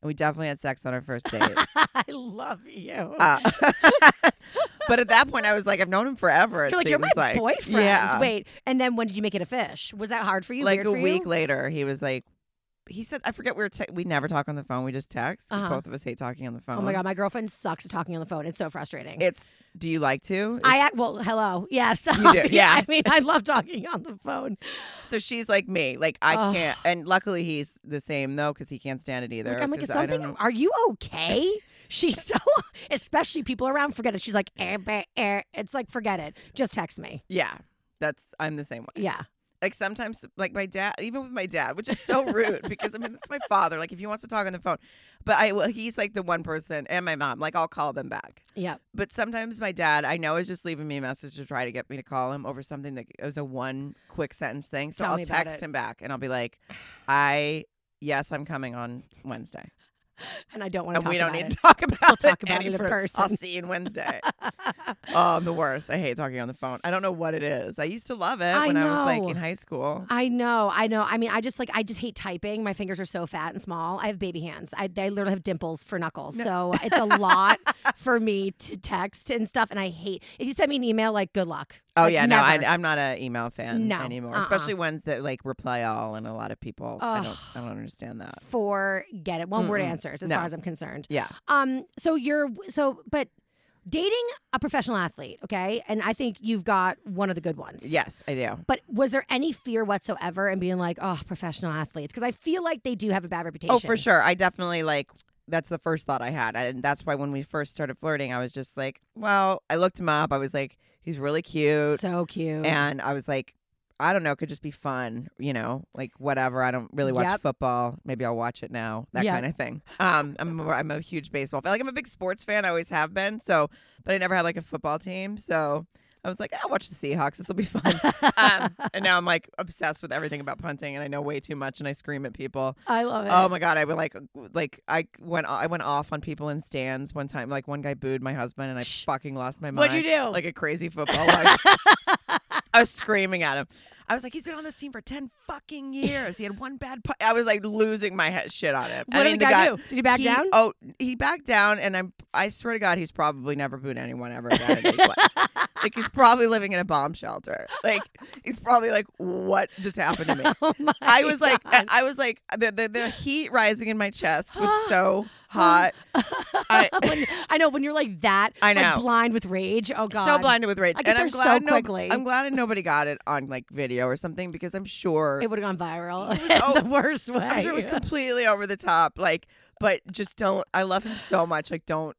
S3: And we definitely had sex on our first date.
S2: I love you.
S3: Uh, but at that point, I was like, I've known him forever. It
S2: you're like you're my
S3: seems like
S2: boyfriend.
S3: Yeah.
S2: Wait, and then when did you make it a fish? Was that hard for you?
S3: like
S2: Weird
S3: a
S2: for you?
S3: week later, he was like, he said, I forget we were te- we never talk on the phone. We just text. 'cause
S2: Uh-huh.
S3: Both of us hate talking on the phone.
S2: Oh my god, my girlfriend sucks at talking on the phone. It's so frustrating.
S3: It's do you like to?
S2: I act well. Hello. Yes.
S3: You do, yeah.
S2: I mean, I love talking on the phone.
S3: so she's like me. Like I
S2: Ugh.
S3: can't. And luckily, he's the same though because he can't stand it either.
S2: Like, I'm like,
S3: 'cause
S2: is
S3: I don't
S2: something?
S3: know-
S2: Are you okay? She's so, especially people around forget it. She's like, eh, bah, eh. it's like, forget it. Just text me.
S3: Yeah, that's I'm the same way.
S2: Yeah.
S3: like sometimes like my dad even with my dad which is so rude because i mean that's my father like if he wants to talk on the phone but i well, he's like the one person and my mom like i'll call them back
S2: Yeah.
S3: but sometimes my dad i know is just leaving me a message to try to get me to call him over something that it was a one quick sentence thing so
S2: Tell
S3: i'll
S2: me about
S3: text
S2: it.
S3: him back and i'll be like i yes i'm coming on wednesday
S2: and I don't want to
S3: and
S2: talk
S3: we don't
S2: about
S3: need
S2: it.
S3: to talk about
S2: We'll
S3: it
S2: talk about
S3: any
S2: it in
S3: further. I'll
S2: person.
S3: see you on Wednesday. oh, I'm the worst. I hate talking on the phone. I don't know what it is. I used to love it
S2: I
S3: when I was
S2: know.
S3: like in high school.
S2: I know, I know. I mean, I just like I just hate typing. My fingers are so fat and small. I have baby hands. I, I literally have dimples for knuckles. So it's a lot for me to text and stuff. And I hate if you send me an email like good luck.
S3: Oh
S2: Like,
S3: yeah, no, I,
S2: never.
S3: I'm not an email fan
S2: No,
S3: anymore,
S2: uh-uh.
S3: especially ones that like reply all and a lot of people. I
S2: Ugh.
S3: don't, I don't understand that.
S2: forget it. One word
S3: Mm-mm.
S2: answers as
S3: No.
S2: far as I'm concerned.
S3: Yeah,
S2: Um, so you're so but dating a professional athlete, okay? And I think you've got one of the good ones.
S3: yes, I do.
S2: But was there any fear whatsoever in being like, oh, professional athletes? Because I feel like they do have a bad reputation.
S3: Oh, for sure. I definitely like that's the first thought I had, and that's why when we first started flirting, I was just like, well, I looked him up. I was like, he's really cute,
S2: So cute.
S3: and I was like. I don't know. It could just be fun, you know, like whatever. I don't really watch
S2: Yep.
S3: football. Maybe I'll watch it now. That
S2: Yep.
S3: kind of thing. Um, I'm a, I'm a huge baseball fan. Like I'm a big sports fan. I always have been. So, but I never had like a football team. So I was like, I'll watch the Seahawks. This will be fun. um, and now I'm like obsessed with everything about punting, and I know way too much, and I scream at people.
S2: I love it.
S3: Oh my god, I would like like I went I went off on people in stands one time. Like one guy booed my husband and I
S2: Shh.
S3: fucking lost my mind.
S2: What'd you do?
S3: Like a crazy footballer. I was screaming at him. I was like, he's been on this team for ten fucking years. He had one bad. Pu-. I was like losing my head shit on him.
S2: what
S3: I
S2: did
S3: mean,
S2: the guy, do? Did he back
S3: he-
S2: down?
S3: Oh, he backed down, and I'm. I swear to God, he's probably never booed anyone ever again. in his life. like he's probably living in a bomb shelter. Like he's probably like, what just happened to me?
S2: Oh my
S3: I was like,
S2: God.
S3: I was like, the, the, the heat rising in my chest was so
S2: Oh,
S3: hot. I,
S2: When- I know when you're like that,
S3: I
S2: like,
S3: know.
S2: blind with rage. Oh god,
S3: so blinded with rage.
S2: I get
S3: and
S2: there
S3: I'm
S2: so
S3: glad, no-
S2: quickly.
S3: I'm glad that nobody got it on like video or something because I'm sure
S2: It would have gone viral.
S3: It was- oh,
S2: the worst way.
S3: I'm sure it was completely over the top. Like, but just don't. I love him so much. Like, don't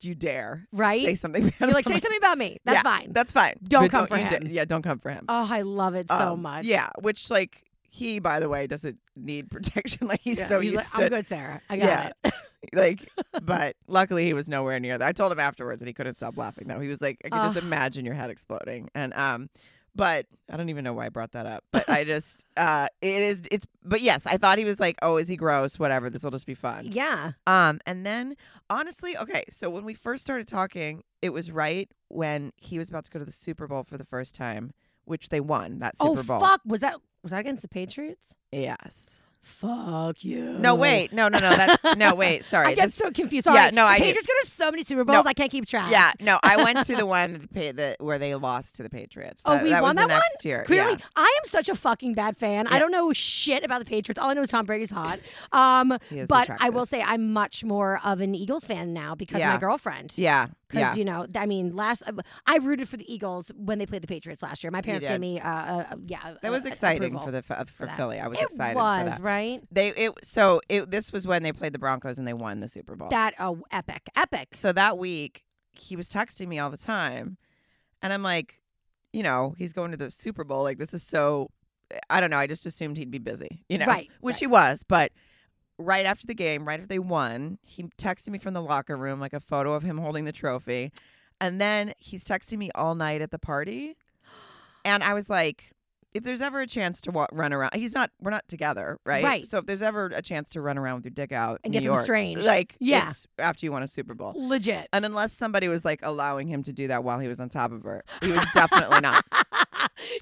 S3: you dare
S2: right.
S3: say something. bad
S2: you're like,
S3: about
S2: say
S3: my-
S2: something about me. That's
S3: Yeah,
S2: fine.
S3: That's fine.
S2: Don't
S3: But
S2: come for
S3: you da-
S2: him.
S3: yeah, don't come for him.
S2: oh, I love it so
S3: Um,
S2: much.
S3: Yeah, which like he, by the way, doesn't need protection. Like he's
S2: Yeah,
S3: so
S2: he's
S3: used
S2: like,
S3: to
S2: I'm
S3: it.
S2: good, Sarah. I got
S3: Yeah. uh,
S2: it.
S3: like but luckily he was nowhere near that i told him afterwards and he couldn't stop laughing though he was like i could just
S2: Ugh.
S3: imagine your head exploding and um but i don't even know why i brought that up but i just uh it is it's but yes i thought he was like oh is he gross whatever this will just be fun
S2: Yeah.
S3: um and then honestly okay so when we first started talking it was right when he was about to go to the super bowl for the first time which they won that super
S2: oh
S3: bowl
S2: fuck, was that was that against the Patriots?
S3: yes
S2: Fuck you.
S3: no wait no no no that's no wait sorry
S2: I get
S3: this-
S2: so confused. Sorry.
S3: Yeah, no,
S2: the
S3: I do.
S2: Patriots go to so many Super Bowls, I can't keep track.
S3: Yeah, no, I went to the one that the, pa- that where they lost to the Patriots.
S2: Oh, we won
S3: was
S2: that
S3: the
S2: one?
S3: next year.
S2: Clearly,
S3: yeah.
S2: I am such a fucking bad fan. I
S3: Yeah.
S2: don't know shit about the Patriots. All I know is Tom Brady's hot. Um,
S3: He is
S2: but I
S3: attractive.
S2: will say I'm much more of an Eagles fan now because of
S3: Yeah.
S2: my girlfriend.
S3: Yeah,
S2: Because
S3: yeah.
S2: you know, I mean, last uh, I rooted for the Eagles when they played the Patriots last year. My parents
S3: did.
S2: gave me, uh, uh, uh, yeah,
S3: that was exciting for the f- for
S2: that.
S3: Philly. I was
S2: it
S3: excited
S2: was
S3: for that.
S2: right.
S3: They it so it this was when they played the Broncos and they won the Super Bowl.
S2: That oh, epic, epic.
S3: so that week he was texting me all the time, and I'm like, you know, he's going to the Super Bowl. Like this is so. I don't know. I just assumed he'd be busy. You know,
S2: Right,
S3: Which
S2: right.
S3: he was, but. Right after the game, right after they won, he texted me from the locker room like a photo of him holding the trophy. And then he's texting me all night at the party. And I was like, if there's ever a chance to wa- run around, he's not, we're not together, right?
S2: Right.
S3: So if there's ever a chance to run around with your dick out
S2: And
S3: New
S2: get some
S3: York,
S2: strange.
S3: like,
S2: Yeah.
S3: it's after you won a Super Bowl.
S2: Legit.
S3: And unless somebody was like allowing him to do that while he was on top of her, he was definitely not.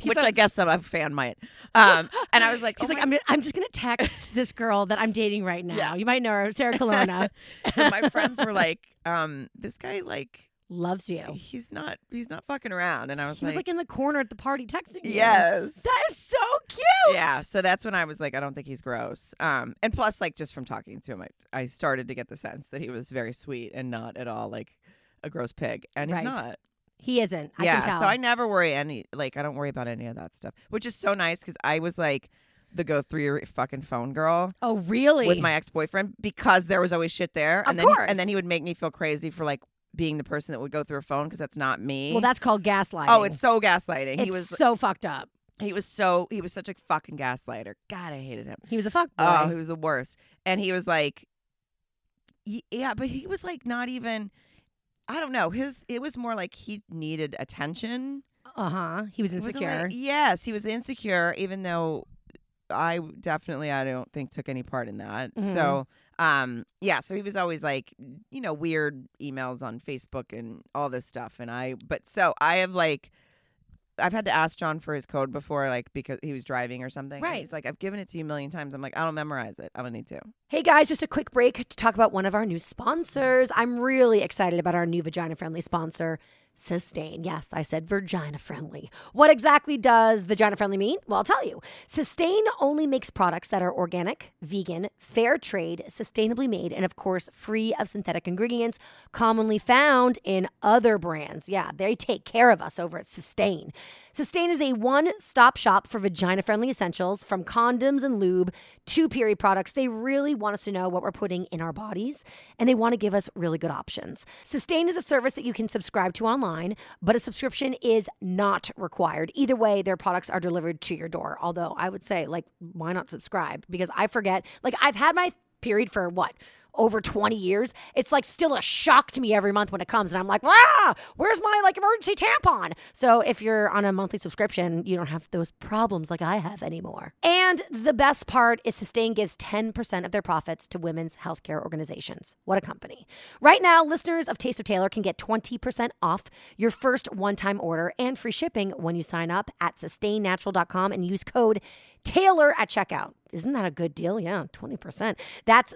S2: He's
S3: Which
S2: like-
S3: I guess some a fan might. Um, and I was like,
S2: He's
S3: oh
S2: like,
S3: my
S2: I'm, gonna- I'm just gonna text this girl that I'm dating right now.
S3: Yeah.
S2: You might know her, Sarah Colonna.
S3: And my friends were like, um, this guy like
S2: Loves you. He
S3: he's not he's not fucking around. And I was
S2: was
S3: like,
S2: like in the corner at the party texting you.
S3: yes.
S2: That is so cute.
S3: yeah, so that's when I was like, I don't think he's gross. Um, and plus, like, just from talking to him, I, I started to get the sense that he was very sweet and not at all like a gross pig, and
S2: Right.
S3: he's not.
S2: He isn't. I
S3: yeah,
S2: can tell.
S3: so I never worry any like I don't worry about any of that stuff, which is so nice because I was like the go through your fucking phone girl
S2: oh, really?
S3: with my ex boyfriend because there was always shit there,
S2: Of
S3: and then
S2: course.
S3: and then he would make me feel crazy for like being the person that would go through a phone because that's not me.
S2: well, that's called gaslighting.
S3: oh, it's so gaslighting.
S2: It's
S3: he was
S2: so fucked up.
S3: he was so he was such a fucking gaslighter. God, I hated him.
S2: He was a fuck boy.
S3: Oh, he was the worst. And he was like, y- yeah, but he was like not even. I don't know. His it was more like he needed attention.
S2: uh huh. He was
S3: It wasn't
S2: insecure.
S3: like- yes, he was insecure, even though I definitely I don't think took any part in that.
S2: Mhm.
S3: So um yeah, so he was always like you know weird emails on Facebook and all this stuff, and I but so I have like. I've had to ask John for his code before, like because he was driving or something. and
S2: Right.
S3: He's like, I've given it to you a million times. I'm like, I don't memorize it. I don't need to.
S2: Hey guys, just a quick break to talk about one of our new sponsors. I'm really excited about our new vagina friendly sponsor, Sustain. Yes, I said vagina friendly. What exactly does vagina friendly mean? Well, I'll tell you. Sustain only makes products that are organic, vegan, fair trade, sustainably made, and of course, free of synthetic ingredients commonly found in other brands. Yeah, they take care of us over at Sustain. Sustain is a one stop shop for vagina friendly essentials from condoms and lube to period products. They really want us to know what we're putting in our bodies and they want to give us really good options. Sustain is a service that you can subscribe to online, but a subscription is not required. Either way, their products are delivered to your door. Although I would say, like, why not subscribe? Because I forget, like, I've had my period for what? over 20 years, it's like still a shock to me every month when it comes. And I'm like, ah, where's my like emergency tampon? So if you're on a monthly subscription, you don't have those problems like I have anymore. And the best part is Sustain gives 10% of their profits to women's healthcare organizations. What a company. Right now, listeners of Taste of Taylor can get 20% off your first one time order and free shipping when you sign up at sustainnatural.com and use code Taylor at checkout. Isn't that a good deal? Yeah, 20%. That's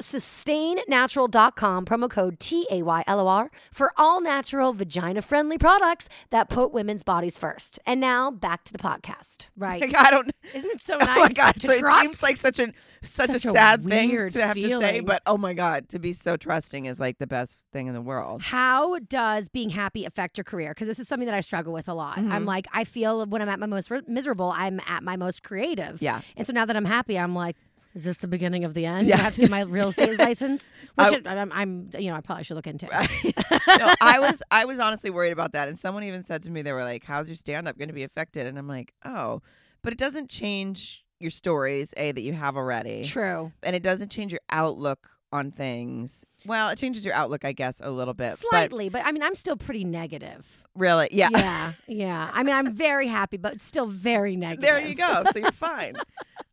S2: sustainnatural.com, promo code T A Y L O R, for all natural, vagina friendly products that put women's bodies first. And now back to the podcast. Right.
S3: Like I don't.
S2: Isn't it so
S3: oh my god!
S2: to
S3: so
S2: trust?
S3: it seems like such a such,
S2: Such
S3: a
S2: a
S3: sad thing
S4: weird
S3: to have to say,
S4: feeling.
S3: but oh my god, to be so trusting is like the best thing in the world.
S4: How does being happy affect your career? Because this is something that I struggle with a lot. I'm
S3: Mm-hmm.
S4: like, I feel when I'm at my most miserable, I'm at my most creative.
S3: Yeah.
S4: And so now that I'm happy, I'm like, is this the beginning of the end? Do
S3: Yeah.
S4: I have to get my real estate license, which
S3: I-
S4: it- I'm, I'm, you know, I probably should look into.
S3: no, I was I was honestly worried about that, and someone even said to me, they were like, "How's your stand up going to be affected?" And I'm like, "Oh, but it doesn't change your stories a that you have already,
S4: True.
S3: and it doesn't change your outlook on things. Well, it changes your outlook, I guess, a little bit,
S4: Slightly, but I mean, I'm still pretty negative.
S3: But really, yeah.
S4: yeah, yeah. I mean, I'm very happy, but still very negative.
S3: There you go. So you're fine.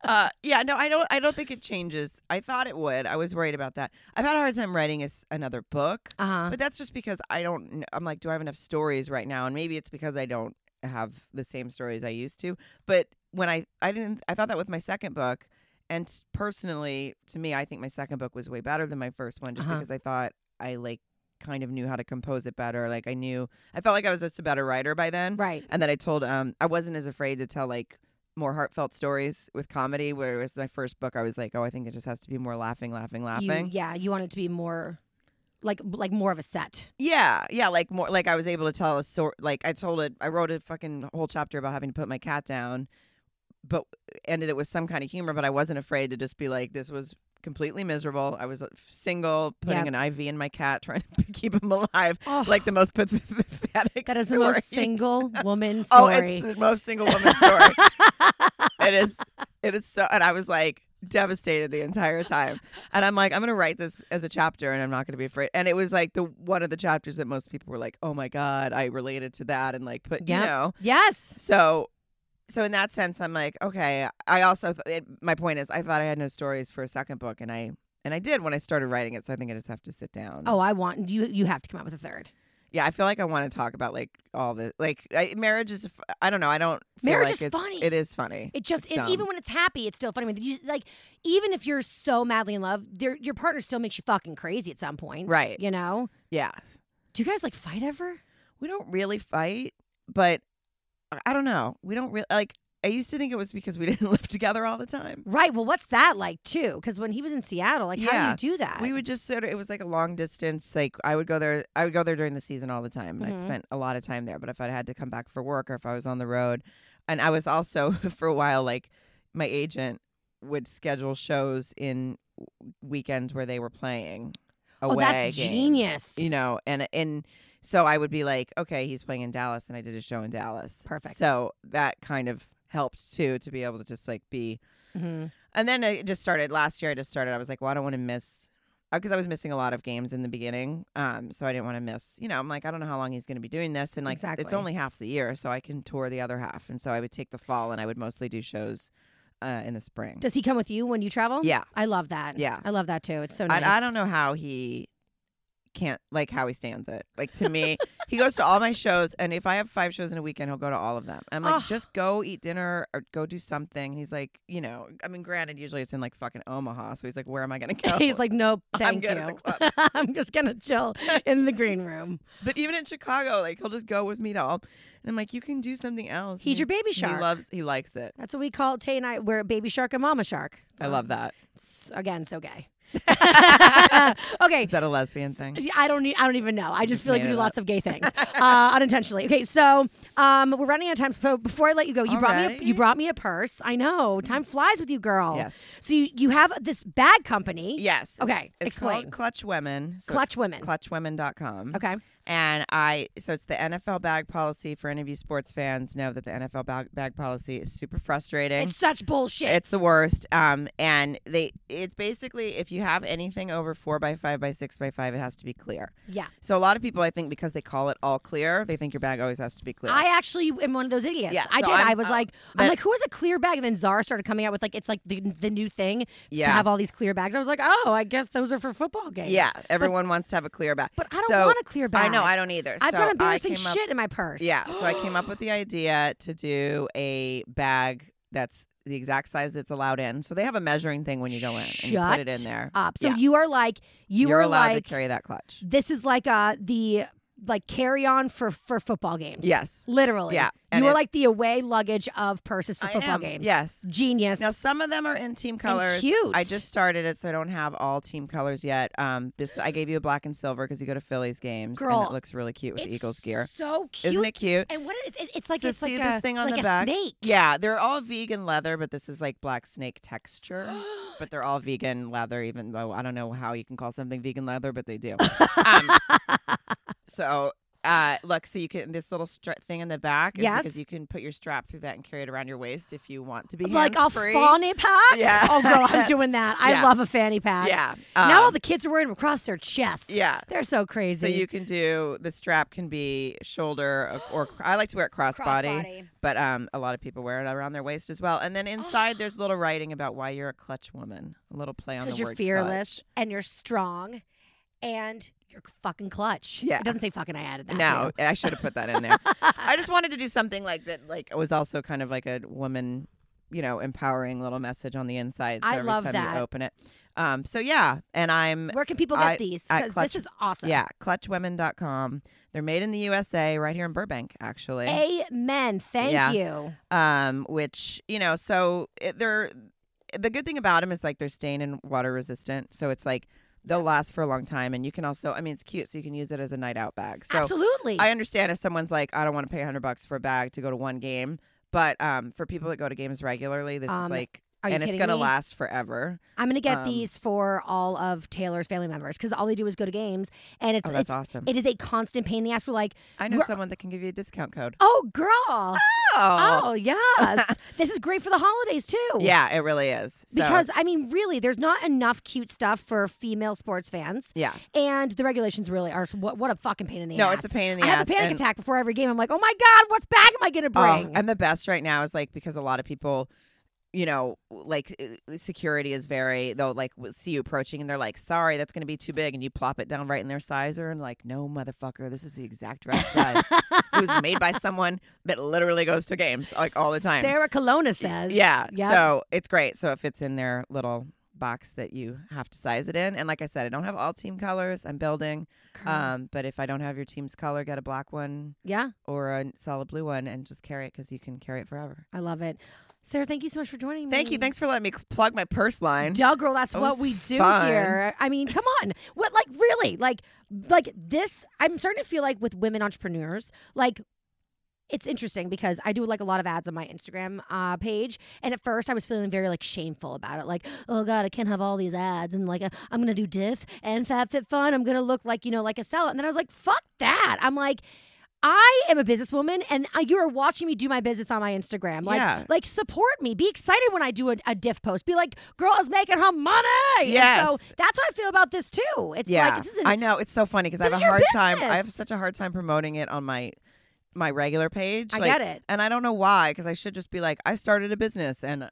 S3: Uh, yeah, no, I don't. I don't think it changes. I thought it would. I was worried about that. I've had a hard time writing a s another book,
S4: Uh huh.
S3: but that's just because I don't. kn- I'm like, do I have enough stories right now? And maybe it's because I don't have the same stories I used to. But when I I didn't, I thought that with my second book. And s- personally, to me, I think my second book was way better than my first one, just
S4: Uh-huh.
S3: because I thought I like kind of knew how to compose it better. Like I knew, I felt like I was just a better writer by then
S4: Right.
S3: and then I told um I wasn't as afraid to tell like more heartfelt stories with comedy. Where it was my first book, I was like, oh, I think it just has to be more laughing, laughing,
S4: You,
S3: laughing.
S4: yeah, you want it to be more, like, like more of a set.
S3: yeah, yeah, like more like I was able to tell a sort like I told it. I wrote a fucking whole chapter about having to put my cat down, but ended it with some kind of humor. But I wasn't afraid to just be like, this was completely miserable. I was uh, single, putting an IV in my cat, trying to keep him alive.
S4: Oh.
S3: Like the most pathetic.
S4: That is the most
S3: story.
S4: single woman
S3: Oh,
S4: story.
S3: it's the most single woman story. it is. It is so. And I was like devastated the entire time. And I'm like, I'm gonna write this as a chapter, and I'm not gonna be afraid. And it was like the one of the chapters that most people were like, oh my god, I related to that, and like, put
S4: Yep.
S3: you know,
S4: yes.
S3: so. So in that sense, I'm like, okay. I also, th- it, my point is, I thought I had no stories for a second book, and I, and I did when I started writing it. So I think I just have to sit down.
S4: Oh, I want you. You have to come out with a third.
S3: Yeah, I feel like I want to talk about like all the like I, marriage is. f- I don't know. I don't. Feel
S4: Marriage
S3: like
S4: is
S3: it's-
S4: funny.
S3: It is funny.
S4: It just
S3: It's
S4: is.
S3: dumb.
S4: Even when it's happy, it's still funny. I mean, you, like, even if you're so madly in love, there- your partner still makes you fucking crazy at some point,
S3: Right.
S4: You know.
S3: yeah,
S4: Do you guys like fight ever?
S3: we don't really fight, but I- I don't know. We don't really like. I used to think it was because we didn't live together all the time.
S4: Right. Well, what's that like too? Because when he was in Seattle, like, how
S3: Yeah.
S4: do you do that?
S3: We would just sort of. It was like a long distance. Like I would go there. I would go there during the season all the time. And
S4: Mhm.
S3: I spent a lot of time there. But if I had to come back for work or if I was on the road, and I was also for a while like my agent would schedule shows in w- weekends where they were playing.
S4: Oh,
S3: Away
S4: that's
S3: games.
S4: genius.
S3: you know and and so i would be like okay he's playing in dallas and i did a show in dallas
S4: Perfect.
S3: so that kind of helped too to be able to just like be
S4: Mhm.
S3: and then it just started last year i just started i was like well i don't want to miss because i was missing a lot of games in the beginning um so i didn't want to miss you know i'm like i don't know how long he's going to be doing this and like
S4: Exactly.
S3: it's only half the year so i can tour the other half and so i would take the fall and i would mostly do shows uh, in the spring.
S2: Does he come with you when you travel?
S3: Yeah.
S2: I love that.
S3: Yeah.
S2: I love that too. It's so
S3: I,
S2: nice.
S3: I don't know how he can't like how he stands it. Like to me, he goes to all my shows, and if I have five shows in a weekend, he'll go to all of them. And I'm like,
S2: Oh.
S3: just go eat dinner or go do something. And he's like, you know, I mean, granted, usually it's in like fucking Omaha, so he's like, where am I gonna go?
S2: He's like, nope,
S3: I'm
S2: thank
S3: good at the
S2: you.
S3: club.
S2: I'm just gonna chill in the green room.
S3: but even in Chicago, like he'll just go with me to all. And I'm like, you can do something else.
S2: He's your baby shark.
S3: He loves. He likes it.
S2: That's what we call Tay and I. We're baby shark and mama shark.
S3: I love that.
S2: It's, again, so gay.
S3: Is
S2: okay.
S3: that a lesbian thing?
S2: Yeah, I don't need. I don't even know. I just feel like we
S3: made
S2: do
S3: it up.
S2: lots of gay things uh, unintentionally. Okay, so um, we're running out of time. So before I let you go, you
S3: All
S2: brought
S3: right.
S2: me a, you brought me a purse. I know time flies with you, girl.
S3: Yes.
S2: So you, you have this bag company.
S3: Yes. It's-
S2: Okay,
S3: It's,
S2: explain.
S3: called Clutch Women. So
S2: Clutch Women.
S3: Clutchwomen.com.
S2: Okay.
S3: And I, so it's the NFL bag policy. For any of you sports fans, know that the NFL bag, bag policy is super frustrating.
S2: It's such bullshit.
S3: It's the worst. Um, and they, it's basically if you have anything over four by five by six by five, it has to be clear.
S2: yeah.
S3: So a lot of people, I think, because they call it all clear, they think your bag always has to be clear.
S2: I actually am one of those idiots.
S3: Yeah,
S2: I
S3: so
S2: did.
S3: I'm-
S2: i was
S3: I'm-
S2: like, I'm
S3: but-
S2: like, who has a clear bag? And then Zara started coming out with like, it's like the, the new thing to
S3: Yeah.
S2: have all these clear bags. I was like, oh, I guess those are for football games.
S3: yeah, everyone wants to have a clear bag.
S2: but I don't
S3: So-
S2: want a clear bag.
S3: I know, I don't either.
S2: I've
S3: so
S2: got
S3: I
S2: embarrassing
S3: came up-
S2: shit in my purse.
S3: Yeah. So I came up with the idea to do a bag that's the exact size that's allowed in. So they have a measuring thing when you go in and you put
S2: Shut
S3: it in there.
S2: Up. So
S3: Yeah.
S2: you are like, you
S3: You're
S2: are
S3: allowed
S2: like,
S3: to carry that clutch.
S2: this is like uh the like carry on for for football games.
S3: Yes.
S2: Literally.
S3: Yeah, and
S2: You are
S3: it-
S2: like the away luggage of purses for
S3: I
S2: football
S3: am,
S2: games.
S3: yes.
S2: Genius.
S3: Now some of them are in team colors.
S2: cute.
S3: I just started it, so I don't have all team colors yet. Um, this I gave you a black and silver because you go to Phillies games and
S2: Girl,
S3: it looks really cute with the
S2: It's
S3: Eagles gear.
S2: So cute.
S3: Isn't it cute?
S2: And what is it, it's like
S3: So
S2: it's like
S3: see
S2: a,
S3: this thing on
S2: like
S3: the
S2: a
S3: back?
S2: snake.
S3: Yeah, they're all vegan leather, but this is like black snake texture. but they're all vegan leather, even though I don't know how you can call something vegan leather, but they do. Um, so. Uh, look, so you can this little stra- thing in the back is
S2: Yes.
S3: because you can put your strap through that and carry it around your waist if you want to be
S2: Like a
S3: hands-free.
S2: fanny pack.
S3: Yeah.
S2: Oh girl, I'm doing that. I
S3: Yeah.
S2: love a fanny pack.
S3: Yeah.
S2: now all
S3: um,
S2: the kids are wearing them across their chests.
S3: Yeah.
S2: They're so crazy.
S3: so you can do the strap can be shoulder or, or I like to wear it crossbody,
S2: Crossbody.
S3: but um a lot of people wear it around their waist as well. And then inside there's little writing about why you're a clutch woman. A little play on the
S2: Because you're
S3: word
S2: fearless
S3: clutch.
S2: and you're strong and you're fucking clutch.
S3: Yeah.
S2: It doesn't say fucking I added that.
S3: No, I should have put that in there. I just wanted to do something like that. Like it was also kind of like a woman, you know, empowering little message on the inside. So
S2: I
S3: every
S2: love
S3: time
S2: that.
S3: you open it. Um. So yeah, and I'm
S2: Where can people get
S3: Um, I-
S2: these?
S3: at
S2: Because this
S3: Clutch-
S2: is awesome.
S3: yeah clutchwomen.com. They're made in the USA, right here in Burbank, actually.
S2: Amen. Thank
S3: Yeah.
S2: you.
S3: um, which you know, so it, they're the good thing about them is like they're stain and water resistant, so it's like they'll last for a long time, and you can also, I mean, it's cute, so you can use it as a night out bag. So
S2: Absolutely.
S3: I understand if someone's like, I don't want to pay hundred bucks for a bag to go to one game, but um, for people that go to games regularly, this
S2: Um,
S3: is like,
S2: Are you
S3: and it's
S2: kidding
S3: gonna
S2: me?
S3: last forever.
S2: I'm gonna get
S3: um,
S2: these for all of Taylor's family members because all they do is go to games and it's,
S3: Oh, that's
S2: it's
S3: awesome.
S2: it is a constant pain in the ass. We're like,
S3: I know
S2: we're-
S3: someone that can give you a discount code.
S2: oh girl, oh, yes, this is great for the holidays too.
S3: yeah, it really is. So,
S2: Because I mean, really, there's not enough cute stuff for female sports fans.
S3: yeah,
S2: And the regulations really are what, what a fucking pain in the
S3: no,
S2: ass.
S3: it's a pain in the
S2: I
S3: ass.
S2: have a panic
S3: and-
S2: attack before every game. I'm like, oh my god, what bag am I gonna
S3: Oh,
S2: bring?
S3: and the best right now is like because a lot of people, you know, like uh, security is very they'll like w- see you approaching and they're like, sorry, that's gonna be too big, and you plop it down right in their sizer and like, no motherfucker, this is the exact right size. it was made by someone that literally goes to games like all the time.
S2: Sarah Colonna says,
S3: yeah,
S2: Yep.
S3: so it's great. So it fits in their little box that you have to size it in. And like I said, I don't have all team colors. I'm building, um, but if I don't have your team's color, get a black one
S2: yeah,
S3: or a solid blue one and just carry it because you can carry it forever.
S2: I love it. Sarah, thank you so much for joining me.
S3: Thank you. Thanks for letting me cl- plug my purse line.
S2: Duh, girl, that's
S3: That
S2: what
S3: was
S2: we do
S3: fun.
S2: here. I mean, come on. What like really? Like like this I'm starting to feel like with women entrepreneurs, like it's interesting because I do like a lot of ads on my Instagram uh, page, and at first I was feeling very like shameful about it, like oh god, I can't have all these ads, and like uh, I'm gonna do diff and fat fit fun, I'm gonna look like you know like a sellout, and then I was like fuck that, I'm like. I am a businesswoman, and uh, you are watching me do my business on my Instagram. Like,
S3: Yeah.
S2: like support me. Be excited when I do a, a diff post. Be like, "Girl is making her money." And so
S3: Yes.
S2: that's how I feel about this too. It's
S3: yeah,
S2: like this isn't.
S3: I know it's so funny because I
S2: This
S3: have
S2: is
S3: a
S2: your
S3: hard time. I have
S2: business.
S3: such a hard time promoting it on my my regular page.
S2: I
S3: like-
S2: get it.
S3: and I don't know why because I should just be like, I started a business and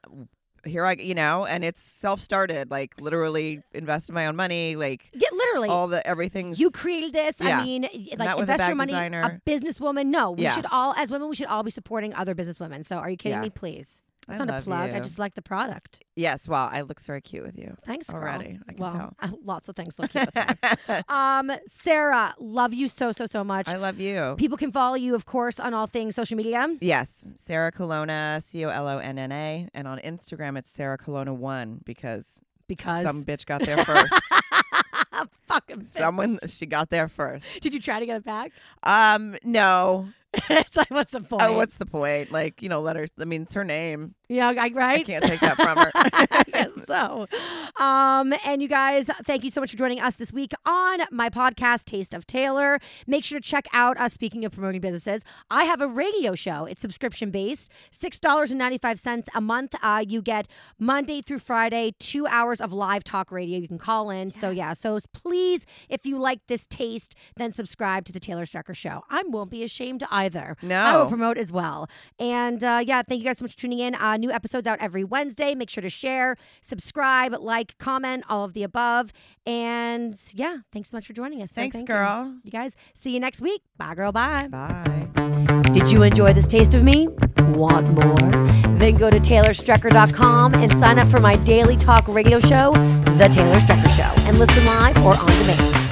S3: here I, you know, and it's self-started. Like literally invested my own money. Like
S2: Yeah, literally.
S3: all the everything's.
S2: you created this. I
S3: Yeah.
S2: mean, y- like
S3: Not with a
S2: invest your
S3: bag
S2: money.
S3: designer.
S2: A businesswoman. No, we
S3: Yeah.
S2: should all, as women, we should all be supporting other businesswomen. So, are you kidding
S3: Yeah.
S2: me? Please.
S3: I
S2: It's not a
S3: love
S2: plug. I
S3: you.
S2: just like the product.
S3: yes. Well, I look very cute with you.
S2: Thanks, girl.
S3: Already, I can
S2: well, lots of things look cute. with me.
S3: tell.
S2: um, Sarah, love you so so so much.
S3: I love you.
S2: People can follow you, of course, on all things social media.
S3: Yes, Sarah Colonna, C O L O N N A, and on Instagram it's Sarah Colonna One because
S2: Because
S3: some bitch got there first.
S2: fucking
S3: Someone she got there first.
S2: Did you try to get it back?
S3: Um, no.
S2: it's like what's the point?
S3: Oh, what's the point? Like, you know, let her. I mean, it's her name.
S2: yeah, I, right.
S3: I can't take that from her.
S2: Yes, so, um, and you guys, thank you so much for joining us this week on my podcast, Taste of Taylor. Make sure to check out us. Speaking of promoting businesses, I have a radio show. It's subscription based, six dollars and ninety five cents a month. Uh, you get Monday through Friday, two hours of live talk radio. You can call in. So yeah, so please, if you like this taste, then subscribe to the Taylor Strecker Show. I won't be ashamed either. I will
S3: No.
S2: promote as well. And uh, yeah, thank you guys so much for tuning in. Uh, new episodes out every Wednesday. Make sure to share, subscribe, like, comment, all of the above. And yeah, thanks so much for joining us. So
S3: Thanks,
S2: thank you.
S3: girl.
S2: You guys, see you next week. Bye, girl. Bye.
S3: Bye.
S2: Did you enjoy this taste of me? Want more? Then go to taylorstrecker.com and sign up for my daily talk radio show, The Taylor Strecker Show, and listen live or on demand.